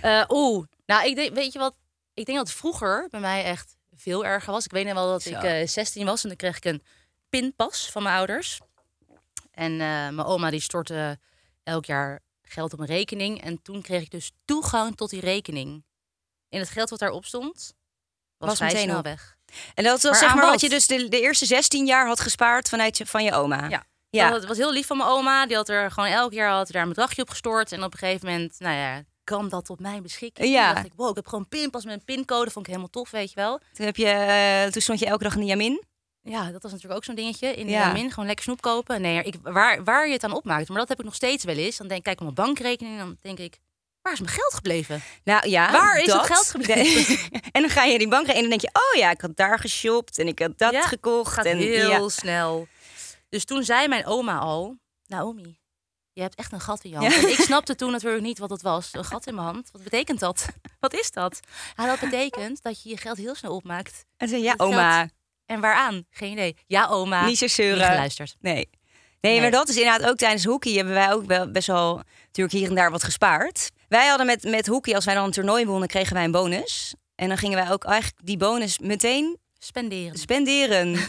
Speaker 3: Eh, Oeh, nou, ik denk, weet je wat? Ik denk dat het vroeger bij mij echt veel erger was. Ik weet nog wel dat ik eh, 16 was en dan kreeg ik een pinpas van mijn ouders. En eh, mijn oma die stortte elk jaar geld op een rekening. En toen kreeg ik dus toegang tot die rekening. En het geld wat daarop stond, was,
Speaker 2: Was
Speaker 3: vrij
Speaker 2: meteen
Speaker 3: snel
Speaker 2: op.
Speaker 3: weg.
Speaker 2: En dat was
Speaker 3: Maar
Speaker 2: zeg
Speaker 3: aan
Speaker 2: maar wat
Speaker 3: wat?
Speaker 2: je dus de, de eerste 16 jaar had gespaard vanuit je, van je oma.
Speaker 3: Ja.
Speaker 2: Ja.
Speaker 3: Dat, het was heel lief van mijn oma. Die had er gewoon elk jaar had daar een bedragje op gestort. En op een gegeven moment, nou ja, kwam dat tot mijn beschikking.
Speaker 2: Ja.
Speaker 3: Toen dacht ik, wow, ik heb gewoon pinpas met een pincode. Vond ik helemaal tof, weet je wel.
Speaker 2: Toen, heb je, eh, toen stond je elke dag in de Jamin.
Speaker 3: Ja, dat was natuurlijk ook zo'n dingetje. In de
Speaker 2: Ja.
Speaker 3: min, gewoon lekker snoep kopen. Nee, ik, waar, waar je het aan opmaakt. Maar dat heb ik nog steeds wel eens. Dan denk ik, kijk op mijn bankrekening. En dan denk ik, waar is mijn geld gebleven?
Speaker 2: Nou ja,
Speaker 3: Waar is
Speaker 2: dat
Speaker 3: het geld gebleven?
Speaker 2: en dan ga je die bank en dan denk je, oh ja, ik had daar geshopt en ik had dat
Speaker 3: Ja,
Speaker 2: gekocht.
Speaker 3: Gaat
Speaker 2: en,
Speaker 3: heel
Speaker 2: ja.
Speaker 3: snel. Dus toen zei mijn oma al, Naomi, je hebt echt een gat in je hand.
Speaker 2: Ja.
Speaker 3: En ik snapte toen natuurlijk niet wat dat was. Een gat in mijn hand. Wat betekent dat? Wat is dat? Ja, dat betekent dat je je geld heel snel opmaakt.
Speaker 2: En zei, ja,
Speaker 3: Het
Speaker 2: oma,
Speaker 3: geld. En waaraan? Geen idee. Ja, oma.
Speaker 2: niet zo zeuren.
Speaker 3: Niet geluisterd.
Speaker 2: Nee. nee. maar dat is inderdaad ook tijdens hockey hebben wij ook wel best wel natuurlijk hier en daar wat gespaard. Wij hadden met, met hockey, als wij dan een toernooi wonnen, kregen wij een bonus. En dan gingen wij ook eigenlijk die bonus meteen
Speaker 3: Spenderen.
Speaker 2: spenderen.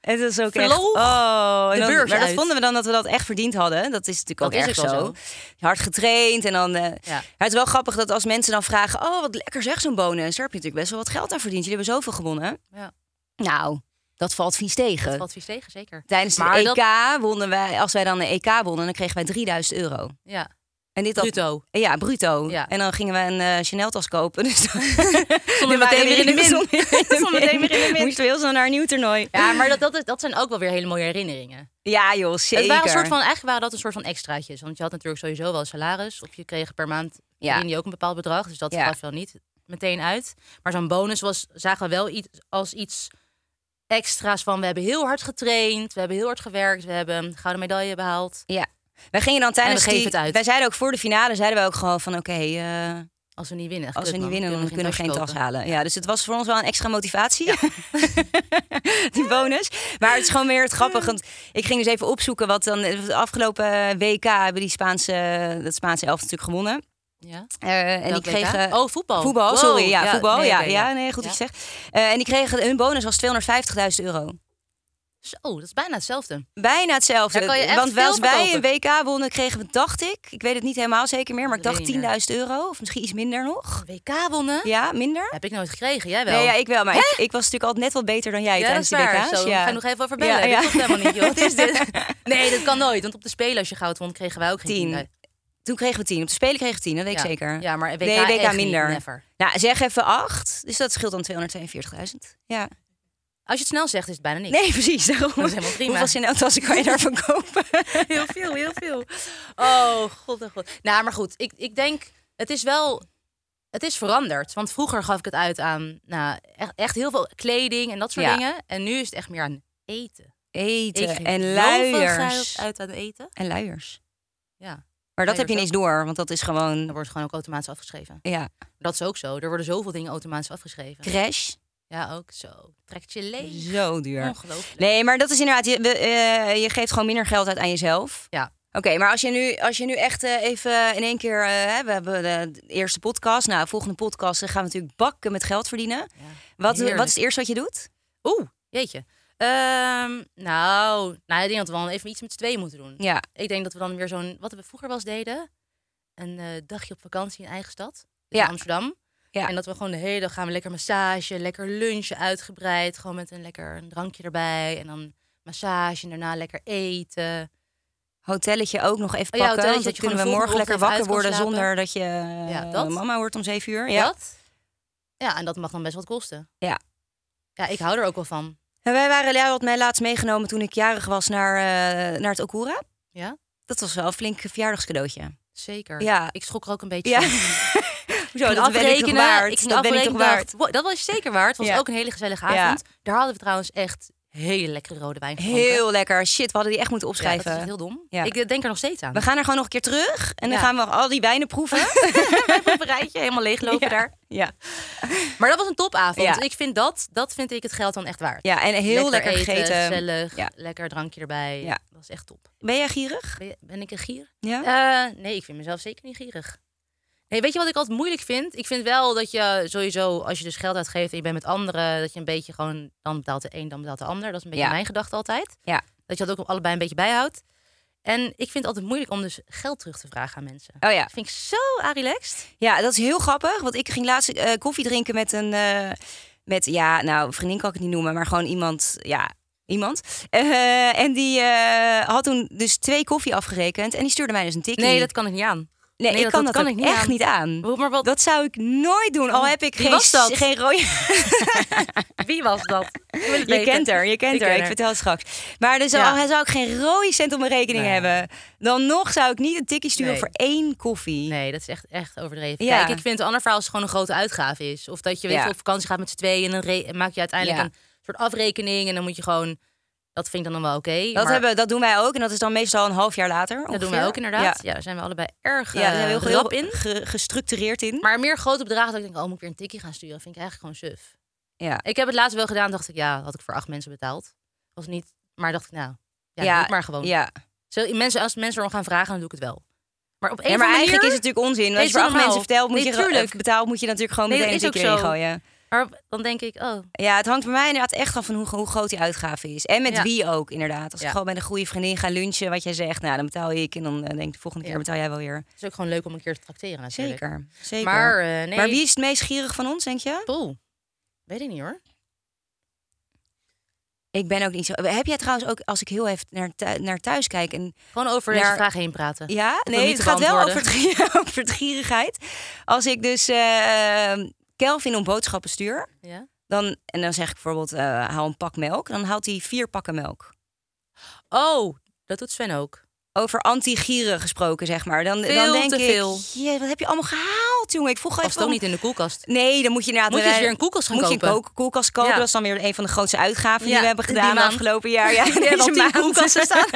Speaker 2: Het is ook echt...
Speaker 3: Vloog
Speaker 2: Oh, en
Speaker 3: de
Speaker 2: dan-
Speaker 3: beurs
Speaker 2: maar dat
Speaker 3: uit.
Speaker 2: vonden we dan dat we dat echt verdiend hadden. Dat is natuurlijk
Speaker 3: Dat
Speaker 2: ook
Speaker 3: is
Speaker 2: erg
Speaker 3: ook wel
Speaker 2: zo. Hard getraind en dan... eh, maar Het is wel grappig dat als mensen dan vragen... Oh, wat lekker zeg zo'n bonus. Daar heb je natuurlijk best wel wat geld aan verdiend. Jullie hebben zoveel gewonnen.
Speaker 3: Ja.
Speaker 2: Nou, dat valt vies tegen.
Speaker 3: Dat valt vies tegen, zeker.
Speaker 2: Tijdens de
Speaker 3: Maar
Speaker 2: EK
Speaker 3: dat-
Speaker 2: wonnen wij... Als wij dan een EK wonnen, dan kregen wij 3000 euro.
Speaker 3: Ja.
Speaker 2: En dit had-
Speaker 3: Bruto.
Speaker 2: Ja, bruto.
Speaker 3: Ja.
Speaker 2: En dan gingen we een eh Chanel-tas kopen. Dus dan
Speaker 3: Stonden we meteen weer in de min. Stonden we meteen weer in de min.
Speaker 2: Moesten we heel snel naar een nieuw toernooi.
Speaker 3: Ja, maar dat, dat, is- dat zijn ook wel weer hele mooie herinneringen.
Speaker 2: Ja, joh, zeker.
Speaker 3: Het waren een soort van, eigenlijk waren dat een soort van extraatjes. Want je had natuurlijk sowieso wel salaris. Of je kreeg per maand
Speaker 2: Ja.
Speaker 3: ja. je ook een bepaald bedrag. Dus dat
Speaker 2: Ja.
Speaker 3: gaf wel niet meteen uit. Maar zo'n bonus was, zagen we wel iets, als iets extra's van... we hebben heel hard getraind, we hebben heel hard gewerkt... we hebben een gouden medaille behaald.
Speaker 2: Ja. Wij gingen dan tijdens
Speaker 3: geven
Speaker 2: die...
Speaker 3: het uit.
Speaker 2: Wij zeiden ook voor de finale, zeiden we ook gewoon van... oké, eh,
Speaker 3: Als we niet winnen.
Speaker 2: als we
Speaker 3: kut,
Speaker 2: niet
Speaker 3: man,
Speaker 2: winnen, dan kunnen we geen tas
Speaker 3: kopen.
Speaker 2: halen. Ja, dus het was voor ons wel een extra motivatie. die bonus. Maar het is gewoon weer het grappig.
Speaker 3: Hmm.
Speaker 2: Want ik ging dus even opzoeken wat dan... De afgelopen WK hebben die Spaanse... Dat Spaanse elftal natuurlijk gewonnen.
Speaker 3: Ja.
Speaker 2: Eh, en die
Speaker 3: Welk WK?
Speaker 2: kregen...
Speaker 3: Oh, voetbal.
Speaker 2: Voetbal,
Speaker 3: Wow.
Speaker 2: sorry. Ja,
Speaker 3: Ja,
Speaker 2: voetbal.
Speaker 3: nee,
Speaker 2: ja,
Speaker 3: oké,
Speaker 2: ja,
Speaker 3: ja.
Speaker 2: nee, goed dat je
Speaker 3: Ja.
Speaker 2: zegt. Eh, en die kregen... Hun bonus was 250.000 euro.
Speaker 3: Zo, dat is bijna hetzelfde.
Speaker 2: Bijna hetzelfde.
Speaker 3: Daar kan je echt
Speaker 2: Want
Speaker 3: veel
Speaker 2: als wij een
Speaker 3: verkopen.
Speaker 2: WK wonnen, kregen we, dacht ik, ik weet het niet helemaal zeker meer, maar ik
Speaker 3: Dat
Speaker 2: dacht
Speaker 3: weet je nou? niet meer.
Speaker 2: 10.000 euro of misschien iets minder nog.
Speaker 3: WK wonnen?
Speaker 2: Ja, minder?
Speaker 3: Heb ik nooit gekregen, jij wel.
Speaker 2: Nee, ja, ik wel, maar ik, ik was natuurlijk altijd net wat beter dan jij
Speaker 3: Ja, dat
Speaker 2: tijdens
Speaker 3: is
Speaker 2: de
Speaker 3: waar.
Speaker 2: WK's.
Speaker 3: Zo, we
Speaker 2: ja.
Speaker 3: gaan nog even over bellen.
Speaker 2: Ja, ja.
Speaker 3: Dat klopt helemaal niet, joh. Wat is dit? Nee, dat kan nooit. Want op de Spelen, als je goud won, kregen wij ook geen
Speaker 2: Tien.
Speaker 3: tien.
Speaker 2: Toen kregen we 10. Op de Spelen kregen we 10, dat weet
Speaker 3: Ja.
Speaker 2: ik zeker.
Speaker 3: Ja, maar WK
Speaker 2: nee, WK
Speaker 3: echt niet,
Speaker 2: minder.
Speaker 3: never.
Speaker 2: Nou, zeg even 8. Dus dat scheelt dan 242.000. Ja.
Speaker 3: Als je het snel zegt, is het bijna niks.
Speaker 2: Nee, precies. Daarom.
Speaker 3: Dat is helemaal prima.
Speaker 2: Hoeveel Chanel-tassen kan je daarvan kopen?
Speaker 3: Heel veel, heel veel. Oh, god, oh god. Nou, maar goed. Ik, ik denk, het is wel... het is veranderd. Want vroeger gaf ik het uit aan nou, echt, echt heel veel kleding en dat soort
Speaker 2: Ja.
Speaker 3: dingen. En nu is het echt meer aan eten.
Speaker 2: Eten
Speaker 3: Ik geef
Speaker 2: en
Speaker 3: heel veel
Speaker 2: luiers.
Speaker 3: geld uit aan eten.
Speaker 2: En luiers.
Speaker 3: Ja,
Speaker 2: Maar dat heb je niet
Speaker 3: Luiers
Speaker 2: eens door, want dat is
Speaker 3: dan
Speaker 2: gewoon...
Speaker 3: wordt het gewoon ook automatisch afgeschreven.
Speaker 2: Ja,
Speaker 3: Dat is ook zo. Er worden zoveel dingen automatisch afgeschreven.
Speaker 2: crash.
Speaker 3: ja, ook zo. Trekt je leeg.
Speaker 2: Zo duur.
Speaker 3: Ongelooflijk.
Speaker 2: Nee, maar dat is inderdaad... Je, we, eh, je geeft gewoon minder geld uit aan jezelf.
Speaker 3: Ja.
Speaker 2: Oké, maar als je, nu, als je nu echt eh, even in één keer... eh, hè, we hebben de, de eerste podcast. Nou, volgende podcast eh, gaan we natuurlijk bakken met geld verdienen. wat, wat
Speaker 3: heerlijk.
Speaker 2: is het eerste wat je doet?
Speaker 3: Oeh, jeetje. Ehm, nou, nou, ik denk dat we wel even iets met z'n tweeën moeten doen.
Speaker 2: Ja.
Speaker 3: Ik denk dat we dan weer zo'n, wat we vroeger wel eens deden, een eh, dagje op vakantie in eigen stad, dus
Speaker 2: Ja.
Speaker 3: in Amsterdam.
Speaker 2: Ja.
Speaker 3: En dat we gewoon de hele dag gaan we lekker massage, lekker lunchen uitgebreid, gewoon met een lekker een drankje erbij en dan massage en daarna lekker eten.
Speaker 2: Hotelletje ook nog even
Speaker 3: Oh ja,
Speaker 2: pakken.
Speaker 3: hotelletje
Speaker 2: want
Speaker 3: dat
Speaker 2: dan
Speaker 3: je
Speaker 2: kunnen we
Speaker 3: gewoon de
Speaker 2: morgen lekker
Speaker 3: volgende
Speaker 2: wakker worden
Speaker 3: ochtend uit
Speaker 2: zonder
Speaker 3: kan
Speaker 2: dat je
Speaker 3: Ja,
Speaker 2: eh,
Speaker 3: dat.
Speaker 2: mama wordt om zeven uur. Ja.
Speaker 3: Dat? Ja, en dat mag dan best wat kosten.
Speaker 2: Ja.
Speaker 3: Ja, ik hou er ook wel van.
Speaker 2: En wij waren, jij had mij laatst meegenomen toen ik jarig was naar, eh, naar het Okura.
Speaker 3: Ja,
Speaker 2: Dat was wel een flink verjaardagscadeautje.
Speaker 3: zeker.
Speaker 2: Ja.
Speaker 3: Ik schrok er ook een beetje
Speaker 2: Ja.
Speaker 3: van.
Speaker 2: Hoezo,
Speaker 3: ging
Speaker 2: dat ben ik toch
Speaker 3: afrekenen.
Speaker 2: waard?
Speaker 3: Ik ging
Speaker 2: dat ben ik toch
Speaker 3: afrekenen,
Speaker 2: waard?
Speaker 3: dacht, wow, dat was je zeker waard. Het was
Speaker 2: Ja.
Speaker 3: ook een hele gezellige
Speaker 2: Ja.
Speaker 3: avond. Daar hadden we trouwens echt hele lekkere rode wijn gedronken.
Speaker 2: Heel lekker. Shit, we hadden die echt moeten
Speaker 3: ja, dat is
Speaker 2: opschrijven.
Speaker 3: echt heel dom.
Speaker 2: Ja.
Speaker 3: Ik eh, denk er nog steeds aan.
Speaker 2: We gaan er gewoon nog een keer terug. En dan
Speaker 3: Ja.
Speaker 2: gaan we al die wijnen proeven.
Speaker 3: een rijtje helemaal leeglopen daar.
Speaker 2: ja.
Speaker 3: Maar dat was een topavond. dus
Speaker 2: Ja.
Speaker 3: Ik vind dat, dat vind ik het geld dan echt waard.
Speaker 2: ja, en heel lekker,
Speaker 3: eten,
Speaker 2: gegeten.
Speaker 3: gezellig,
Speaker 2: Ja.
Speaker 3: lekker drankje erbij.
Speaker 2: Ja.
Speaker 3: Dat is echt top.
Speaker 2: Ben jij gierig?
Speaker 3: Ben, je- ben ik een gier?
Speaker 2: Ja.
Speaker 3: Eh, nee, ik vind mezelf zeker niet gierig. Nee, weet je wat ik altijd moeilijk vind? Ik vind wel dat je sowieso, als je dus geld uitgeeft en je bent met anderen, dat je een beetje gewoon, dan betaalt de een, dan betaalt de ander. Dat is een beetje
Speaker 2: Ja.
Speaker 3: mijn gedachte altijd.
Speaker 2: Ja.
Speaker 3: Dat je dat ook allebei een beetje bijhoudt. En ik vind het altijd moeilijk om dus geld terug te vragen aan mensen.
Speaker 2: Oh ja.
Speaker 3: Dat vind ik zo relaxed.
Speaker 2: Ja, dat is heel grappig. Want ik ging laatst eh, koffie drinken met een. eh, met, ja, nou, vriendin kan ik het niet noemen, maar gewoon iemand. Ja, iemand. Eh, en die eh, had toen dus twee koffie afgerekend. En die stuurde mij dus een tikkie.
Speaker 3: Nee, dat kan ik niet aan.
Speaker 2: Nee,
Speaker 3: nee,
Speaker 2: ik
Speaker 3: dat-
Speaker 2: kan dat,
Speaker 3: dat kan
Speaker 2: ook
Speaker 3: ik niet
Speaker 2: echt
Speaker 3: aan.
Speaker 2: niet aan.
Speaker 3: Maar wat,
Speaker 2: Dat zou ik nooit doen, al heb ik
Speaker 3: Wie
Speaker 2: geen,
Speaker 3: was dat?
Speaker 2: geen rode...
Speaker 3: wie was dat? Ik wil het
Speaker 2: Je
Speaker 3: weten.
Speaker 2: kent haar, je kent
Speaker 3: Ik
Speaker 2: haar.
Speaker 3: ken
Speaker 2: Ik
Speaker 3: haar.
Speaker 2: vertel het straks. Maar dus
Speaker 3: Ja.
Speaker 2: al hij zou ik geen rode cent op mijn rekening
Speaker 3: Nee.
Speaker 2: hebben. Dan nog zou ik niet een tikkie sturen
Speaker 3: Nee.
Speaker 2: voor één koffie.
Speaker 3: Nee, dat is echt, echt overdreven.
Speaker 2: Ja.
Speaker 3: Kijk, ik vind een ander verhaal als het gewoon een grote uitgave is. Of dat je weet,
Speaker 2: Ja.
Speaker 3: je, op vakantie gaat met z'n tweeën en dan re- maak je uiteindelijk
Speaker 2: Ja.
Speaker 3: een soort afrekening. En dan moet je gewoon... Dat vind ik dan nog wel oké.
Speaker 2: Dat,
Speaker 3: maar
Speaker 2: hebben, dat doen wij ook. En dat is dan meestal een half jaar later.
Speaker 3: dat doen
Speaker 2: ongeveer.
Speaker 3: wij ook inderdaad. Ja, daar zijn we allebei erg
Speaker 2: Ja, daar zijn we heel
Speaker 3: heel
Speaker 2: grap
Speaker 3: rap
Speaker 2: in.
Speaker 3: in.
Speaker 2: gestructureerd in.
Speaker 3: Maar meer grote bedragen dat ik denk, oh, moet ik weer een tikkie gaan sturen? vind ik eigenlijk gewoon suf.
Speaker 2: ja.
Speaker 3: Ik heb het laatst wel gedaan, dacht ik, ja, had ik voor acht mensen betaald. Was niet, maar dacht ik, nou, ja, doe het maar gewoon.
Speaker 2: Ja.
Speaker 3: Zo, mensen, als mensen erom gaan vragen, dan doe ik het wel. Maar op een
Speaker 2: Ja, maar
Speaker 3: manier,
Speaker 2: eigenlijk is het natuurlijk onzin. Want als
Speaker 3: is
Speaker 2: je voor acht
Speaker 3: normaal.
Speaker 2: mensen vertelt, moet
Speaker 3: Nee,
Speaker 2: je
Speaker 3: tuurlijk.
Speaker 2: eh, betaalt, moet je natuurlijk gewoon
Speaker 3: Nee, dat
Speaker 2: meteen een
Speaker 3: is ook
Speaker 2: tikkie erin
Speaker 3: zo.
Speaker 2: gooien.
Speaker 3: Maar dan denk ik, oh,
Speaker 2: Ja, het hangt bij mij inderdaad echt af van hoe, hoe groot die uitgave is. En met
Speaker 3: Ja.
Speaker 2: wie ook, inderdaad. Als ik
Speaker 3: Ja.
Speaker 2: gewoon met een goede vriendin ga lunchen, wat jij zegt, nou, dan betaal ik. En dan eh, denk ik, de volgende keer
Speaker 3: Ja.
Speaker 2: betaal jij wel weer.
Speaker 3: Het is ook gewoon leuk om een keer te tracteren natuurlijk.
Speaker 2: Zeker, zeker.
Speaker 3: Maar, eh, nee.
Speaker 2: maar wie is het meest gierig van ons, denk je?
Speaker 3: Poeh. Weet ik niet hoor.
Speaker 2: Ik ben ook niet zo... Heb jij trouwens ook, als ik heel even naar, thu- naar thuis kijk... En
Speaker 3: Gewoon over
Speaker 2: Naar-
Speaker 3: deze vraag heen praten.
Speaker 2: Ja,
Speaker 3: om
Speaker 2: nee,
Speaker 3: niet
Speaker 2: het
Speaker 3: te
Speaker 2: gaat wel over,
Speaker 3: beantwoorden.
Speaker 2: het- over het gierigheid. Als ik dus eh, Kelvin om boodschappen stuur,
Speaker 3: Ja?
Speaker 2: dan, en dan zeg ik bijvoorbeeld, eh, haal een pak melk. Dan haalt hij vier pakken melk.
Speaker 3: Oh, dat doet Sven ook.
Speaker 2: Over anti-gieren gesproken, zeg maar. Dan,
Speaker 3: Veel
Speaker 2: dan denk
Speaker 3: te
Speaker 2: ik,
Speaker 3: veel.
Speaker 2: "Jee, wat heb je allemaal gehaald, jongen? Ik vroeg
Speaker 3: Of het
Speaker 2: even...
Speaker 3: ook
Speaker 2: om-
Speaker 3: niet in de koelkast.
Speaker 2: Nee, dan moet je inderdaad...
Speaker 3: Moet je eens weer een koelkast gaan
Speaker 2: moet je
Speaker 3: kopen.
Speaker 2: een ko- koelkast kopen.
Speaker 3: Ja.
Speaker 2: Dat is dan weer een van de grootste uitgaven die
Speaker 3: Ja,
Speaker 2: we hebben
Speaker 3: die
Speaker 2: gedaan
Speaker 3: maand.
Speaker 2: afgelopen jaar. Ja,
Speaker 3: Die hebben al
Speaker 2: deze
Speaker 3: tien
Speaker 2: maand.
Speaker 3: koelkasten staan.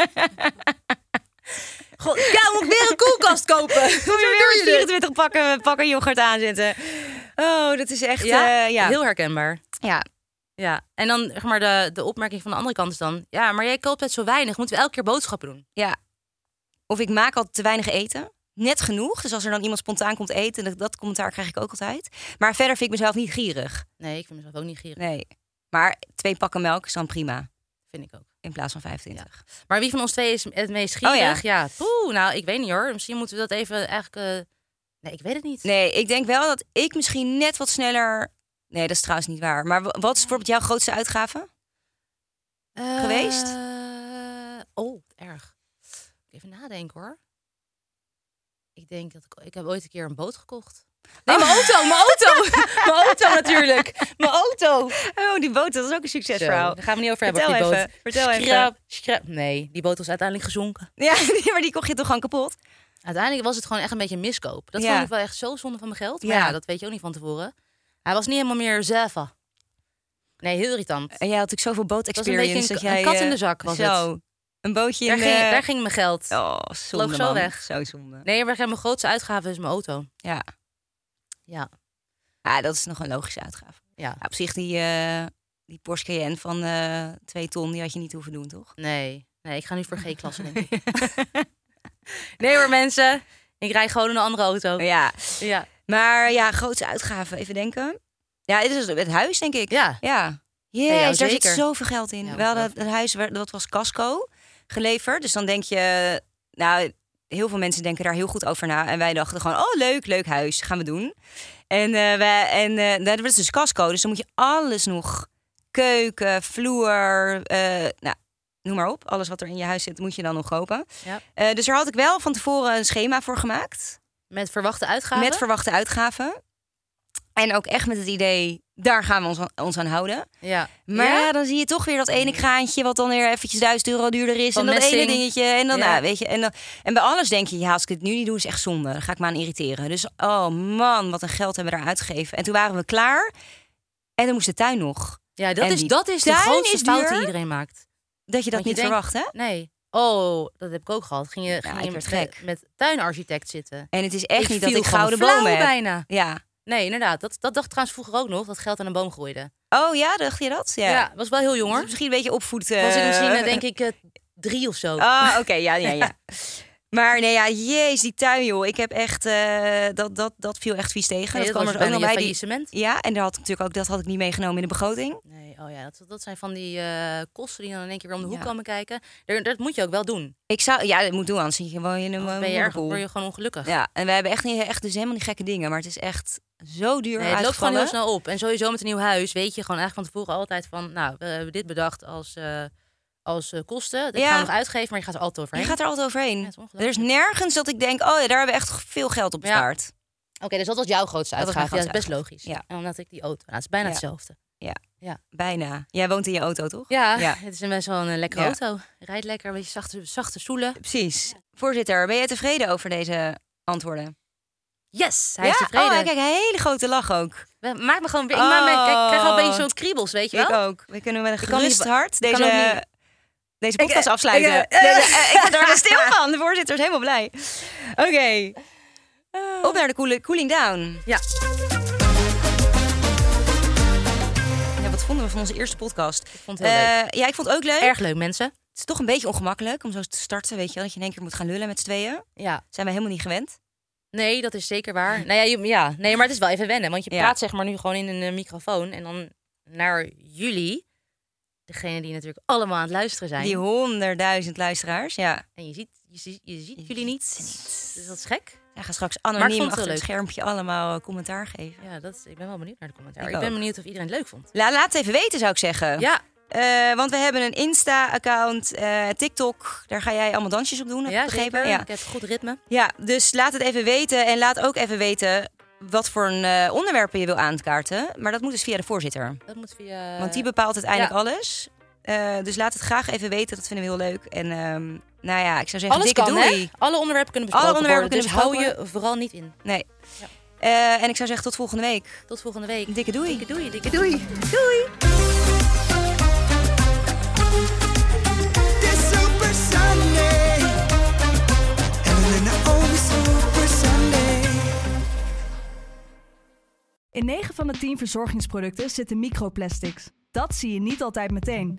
Speaker 2: God, ja, moet ik weer een koelkast kopen? Moet je weer
Speaker 3: doe je dit?
Speaker 2: 24 pakken, pakken yoghurt aanzetten? Oh, dat is echt...
Speaker 3: Ja,
Speaker 2: eh, ja.
Speaker 3: heel herkenbaar.
Speaker 2: ja.
Speaker 3: Ja. En dan zeg maar de, de opmerking van de andere kant is dan... Ja, maar jij koopt het zo weinig. Moeten we elke keer boodschappen doen?
Speaker 2: Ja. Of ik maak al te weinig eten. Net genoeg. Dus als er dan iemand spontaan komt eten, dat, dat commentaar krijg ik ook altijd. Maar verder vind ik mezelf niet gierig.
Speaker 3: Nee, ik vind mezelf ook niet gierig.
Speaker 2: Nee. Maar twee pakken melk is dan prima.
Speaker 3: Vind ik ook.
Speaker 2: In plaats van 25.
Speaker 3: Maar wie van ons twee is het meest gierig?
Speaker 2: Oh ja.
Speaker 3: ja. Poeh, nou, ik weet niet hoor. Misschien moeten we dat even eigenlijk... eh, Nee, ik weet het niet.
Speaker 2: Nee, ik denk wel dat ik misschien net wat sneller. Nee, dat is trouwens niet waar. Maar wa- wat is bijvoorbeeld jouw grootste uitgave?
Speaker 3: Eh,
Speaker 2: Geweest?
Speaker 3: Oh, erg. Even nadenken hoor. Ik denk dat ik, ik heb ooit een keer een boot gekocht. Nee,
Speaker 2: Oh.
Speaker 3: mijn auto, mijn auto, mijn auto natuurlijk. Mijn auto.
Speaker 2: Oh, die boot, dat is ook een
Speaker 3: Zo,
Speaker 2: succesverhaal.
Speaker 3: daar gaan we niet over hebben.
Speaker 2: Vertel
Speaker 3: over die
Speaker 2: even,
Speaker 3: boot.
Speaker 2: vertel even.
Speaker 3: Scrap, scrap. Nee, die boot was uiteindelijk gezonken.
Speaker 2: Ja, nee, maar die kocht je toch gewoon kapot?
Speaker 3: Uiteindelijk was het gewoon echt een beetje een miskoop. Dat
Speaker 2: Ja.
Speaker 3: vond ik wel echt zo zonde van mijn geld. Maar
Speaker 2: Ja.
Speaker 3: ja. dat weet je ook niet van tevoren. Hij was niet helemaal meer zelf. Nee, heel irritant.
Speaker 2: En jij had natuurlijk zoveel
Speaker 3: was een
Speaker 2: boot-experience.
Speaker 3: beetje een
Speaker 2: dat
Speaker 3: k-
Speaker 2: jij,
Speaker 3: een kat in
Speaker 2: eh,
Speaker 3: de zak was
Speaker 2: zo, Een bootje
Speaker 3: Daar
Speaker 2: in
Speaker 3: ging,
Speaker 2: eh,
Speaker 3: daar ging mijn geld.
Speaker 2: Oh, zonde,
Speaker 3: vloog zo
Speaker 2: man.
Speaker 3: weg.
Speaker 2: Zo zonde.
Speaker 3: Nee, maar mijn grootste uitgave is mijn auto.
Speaker 2: Ja.
Speaker 3: Ja.
Speaker 2: ja, dat is nog een logische uitgave.
Speaker 3: Ja.
Speaker 2: Ja, op zich, die, eh, die Porsche Cayenne van eh twee ton, die had je niet hoeven doen,
Speaker 3: Oh.
Speaker 2: toch?
Speaker 3: Nee. Nee, ik ga nu voor G-klasse, denk ik. nee hoor, mensen. Ik rij gewoon in een andere auto.
Speaker 2: Ja.
Speaker 3: Ja.
Speaker 2: Maar ja, grootste uitgaven, even denken. Ja, dit is het huis, denk ik.
Speaker 3: Ja.
Speaker 2: Ja.
Speaker 3: jou
Speaker 2: Jezus, daar zit
Speaker 3: zeker.
Speaker 2: zoveel geld in.
Speaker 3: Ja,
Speaker 2: We hadden
Speaker 3: ongelooflijk.
Speaker 2: een huis, waar- dat was Casco, geleverd. Dus dan denk je, nou, heel veel mensen denken daar heel goed over na. En wij dachten gewoon, oh leuk, leuk huis, gaan we doen. En, eh wij, en eh dat was dus Casco, dus dan moet je alles nog... Keuken, vloer, eh, nou, noem maar op. Alles wat er in je huis zit, moet je dan nog kopen.
Speaker 3: Ja.
Speaker 2: Eh, dus daar had ik wel van tevoren een schema voor gemaakt.
Speaker 3: Met verwachte uitgaven.
Speaker 2: Met verwachte uitgaven. En ook echt met het idee, daar gaan we ons aan, ons aan houden.
Speaker 3: ja.
Speaker 2: Maar
Speaker 3: Ja?
Speaker 2: ja, dan zie je toch weer dat ene kraantje... wat dan weer eventjes duizend euro duurder is.
Speaker 3: Van
Speaker 2: en dat
Speaker 3: messing.
Speaker 2: ene dingetje. En, dan,
Speaker 3: Ja.
Speaker 2: nou, weet je, en, dan, en bij alles denk je, ja, als ik het nu niet doe, is echt zonde. Dan ga ik me aan irriteren. Dus oh man, wat een geld hebben we daar uitgegeven. En toen waren we klaar. En dan moest de tuin nog.
Speaker 3: Ja, dat
Speaker 2: En
Speaker 3: is,
Speaker 2: die
Speaker 3: dat is de
Speaker 2: tuin
Speaker 3: grootste
Speaker 2: is
Speaker 3: fout
Speaker 2: duur.
Speaker 3: die iedereen maakt.
Speaker 2: Dat je dat
Speaker 3: Want je
Speaker 2: niet
Speaker 3: denkt- nou,
Speaker 2: verwacht, hè?
Speaker 3: Nee. Oh, dat heb ik ook gehad. Ging je, ging
Speaker 2: ik
Speaker 3: je
Speaker 2: werd
Speaker 3: met,
Speaker 2: gek.
Speaker 3: met tuinarchitect zitten.
Speaker 2: En het is echt
Speaker 3: Ik
Speaker 2: niet dat
Speaker 3: viel
Speaker 2: ik
Speaker 3: gewoon
Speaker 2: gouden
Speaker 3: flauw
Speaker 2: bomen heb.
Speaker 3: bijna.
Speaker 2: Ja.
Speaker 3: Nee, inderdaad. Dat, dat dacht ik trouwens vroeger ook nog, dat geld aan een boom groeide.
Speaker 2: Oh ja, dacht je dat? Ja.
Speaker 3: Ja, was wel heel jong
Speaker 2: Dus
Speaker 3: hoor.
Speaker 2: misschien een beetje opvoed.
Speaker 3: Was ik
Speaker 2: eh,
Speaker 3: misschien, eh, denk ik, eh, drie of zo.
Speaker 2: Ah, oké, ja, ja, ja. Maar nee, ja, jezus, die tuin, joh. Ik heb echt, eh, dat, dat, dat viel echt vies tegen.
Speaker 3: Nee, dat was
Speaker 2: er
Speaker 3: bijna
Speaker 2: nog
Speaker 3: je
Speaker 2: Die-
Speaker 3: faillissement.
Speaker 2: Ja, en daar had ik natuurlijk ook, dat had ik niet meegenomen in de begroting.
Speaker 3: Nee, oh ja, dat, dat zijn van die eh, kosten die dan in één keer weer om de hoek
Speaker 2: Ja.
Speaker 3: komen kijken. Daar- dat moet je ook wel doen.
Speaker 2: Ik zou, ja, dat moet doen, anders zit je gewoon in een
Speaker 3: Anders
Speaker 2: eh,
Speaker 3: ben je erg,
Speaker 2: modderpoel.
Speaker 3: word je gewoon ongelukkig.
Speaker 2: Ja, en we hebben echt, niet, echt dus helemaal niet gekke dingen, maar het is echt zo duur
Speaker 3: Nee, het loopt gewoon heel
Speaker 2: uitgevallen.
Speaker 3: snel op. En sowieso met een nieuw huis weet je gewoon eigenlijk van tevoren altijd van... nou, we hebben dit bedacht als, eh, als eh, kosten. Dat
Speaker 2: Ja.
Speaker 3: gaan we nog uitgeven, maar je gaat er altijd overheen.
Speaker 2: Je gaat er altijd overheen.
Speaker 3: Ja, het is
Speaker 2: er is
Speaker 3: ongelooflijk.
Speaker 2: nergens dat ik denk, oh ja, daar hebben we echt veel geld op
Speaker 3: Ja.
Speaker 2: bespaard.
Speaker 3: Oké, dus dat was jouw grootste
Speaker 2: Dat was
Speaker 3: uitgave.
Speaker 2: mijn
Speaker 3: Ja, dat is best
Speaker 2: grootste
Speaker 3: logisch.
Speaker 2: uitgave.
Speaker 3: En omdat ik die auto... Nou, het is bijna
Speaker 2: Ja.
Speaker 3: hetzelfde.
Speaker 2: Bijna. Jij woont in je auto, toch?
Speaker 3: Ja,
Speaker 2: Ja.
Speaker 3: het is een best wel een eh, lekkere
Speaker 2: Ja.
Speaker 3: auto. Rijdt lekker, een beetje zachte, zachte stoelen.
Speaker 2: Precies. Voorzitter, ben jij tevreden over deze antwoorden?
Speaker 3: Yes, hij
Speaker 2: ja?
Speaker 3: is tevreden.
Speaker 2: Oh, kijk, een hele grote lach ook.
Speaker 3: We- Maak me gewoon weer... Ik maak me, kijk, ik krijg al een beetje
Speaker 2: Oh.
Speaker 3: zo'n kriebels, weet je wel?
Speaker 2: Ik ook. We kunnen met een
Speaker 3: Ik kan
Speaker 2: gerust
Speaker 3: niet-
Speaker 2: hart
Speaker 3: ik kan ook
Speaker 2: deze,
Speaker 3: niet-
Speaker 2: deze podcast afsluiten.
Speaker 3: ik,
Speaker 2: Ik,
Speaker 3: eh,
Speaker 2: ik word daar stil van. De voorzitter is helemaal blij. Oké. Op naar de coole- cooling down.
Speaker 3: Ah. Ja.
Speaker 2: Ja, wat vonden we van onze eerste podcast? Ik
Speaker 3: vond het heel
Speaker 2: leuk. Ja, ik vond het ook leuk.
Speaker 3: Erg leuk, mensen.
Speaker 2: Het is toch een beetje ongemakkelijk om zo te starten, weet je wel. Dat je in één keer moet gaan lullen met z'n tweeën.
Speaker 3: Ja.
Speaker 2: Zijn we helemaal niet gewend.
Speaker 3: Nee, dat is zeker waar. Nou ja, je- ja, nee, maar het is wel even wennen. Want je
Speaker 2: Ja.
Speaker 3: praat zeg maar nu gewoon in een eh, microfoon. En dan naar jullie, degene die natuurlijk allemaal aan het luisteren zijn.
Speaker 2: Die honderdduizend luisteraars, ja.
Speaker 3: En je ziet, je, ziet- je ziet jullie niet. Dus dat is gek.
Speaker 2: Hij gaat straks
Speaker 3: ik vond
Speaker 2: anoniem
Speaker 3: het
Speaker 2: achter
Speaker 3: wel
Speaker 2: het
Speaker 3: leuk.
Speaker 2: schermpje allemaal eh, commentaar geven.
Speaker 3: Ja, dat is, ik ben wel benieuwd naar de commentaar.
Speaker 2: Ik
Speaker 3: Ik, ben
Speaker 2: ook.
Speaker 3: benieuwd of iedereen het leuk vond.
Speaker 2: La, laat het even weten, zou ik zeggen.
Speaker 3: Ja,
Speaker 2: Eh, want we hebben een Insta-account, eh, TikTok. Daar ga jij allemaal dansjes op doen, heb ik
Speaker 3: ja,
Speaker 2: begrepen.
Speaker 3: zeker.
Speaker 2: Ja.
Speaker 3: Ik heb goed ritme.
Speaker 2: ja, dus laat het even weten. En laat ook even weten wat voor een, eh, onderwerpen je wil aankaarten. Maar dat moet dus via de voorzitter.
Speaker 3: Dat eh, moet via...
Speaker 2: Want die bepaalt uiteindelijk
Speaker 3: ja.
Speaker 2: alles. Eh, dus laat het graag even weten. Dat vinden we heel leuk. En ehm, nou ja, ik zou zeggen,
Speaker 3: Alles
Speaker 2: dikke
Speaker 3: kan,
Speaker 2: doei.
Speaker 3: hè? Alle onderwerpen kunnen
Speaker 2: Alle
Speaker 3: besproken
Speaker 2: onderwerpen
Speaker 3: worden.
Speaker 2: kunnen
Speaker 3: dus
Speaker 2: besproken
Speaker 3: hou je vooral niet in.
Speaker 2: Nee. Eh, en ik zou zeggen, tot volgende week.
Speaker 3: Tot volgende week.
Speaker 2: Dikke doei.
Speaker 3: Dikke doei, dikke doei.
Speaker 2: Doei.
Speaker 1: This Super Sunday. Evelina on Super Sunday.
Speaker 4: In 9 van de 10 verzorgingsproducten zitten microplastics. Dat zie je niet altijd meteen.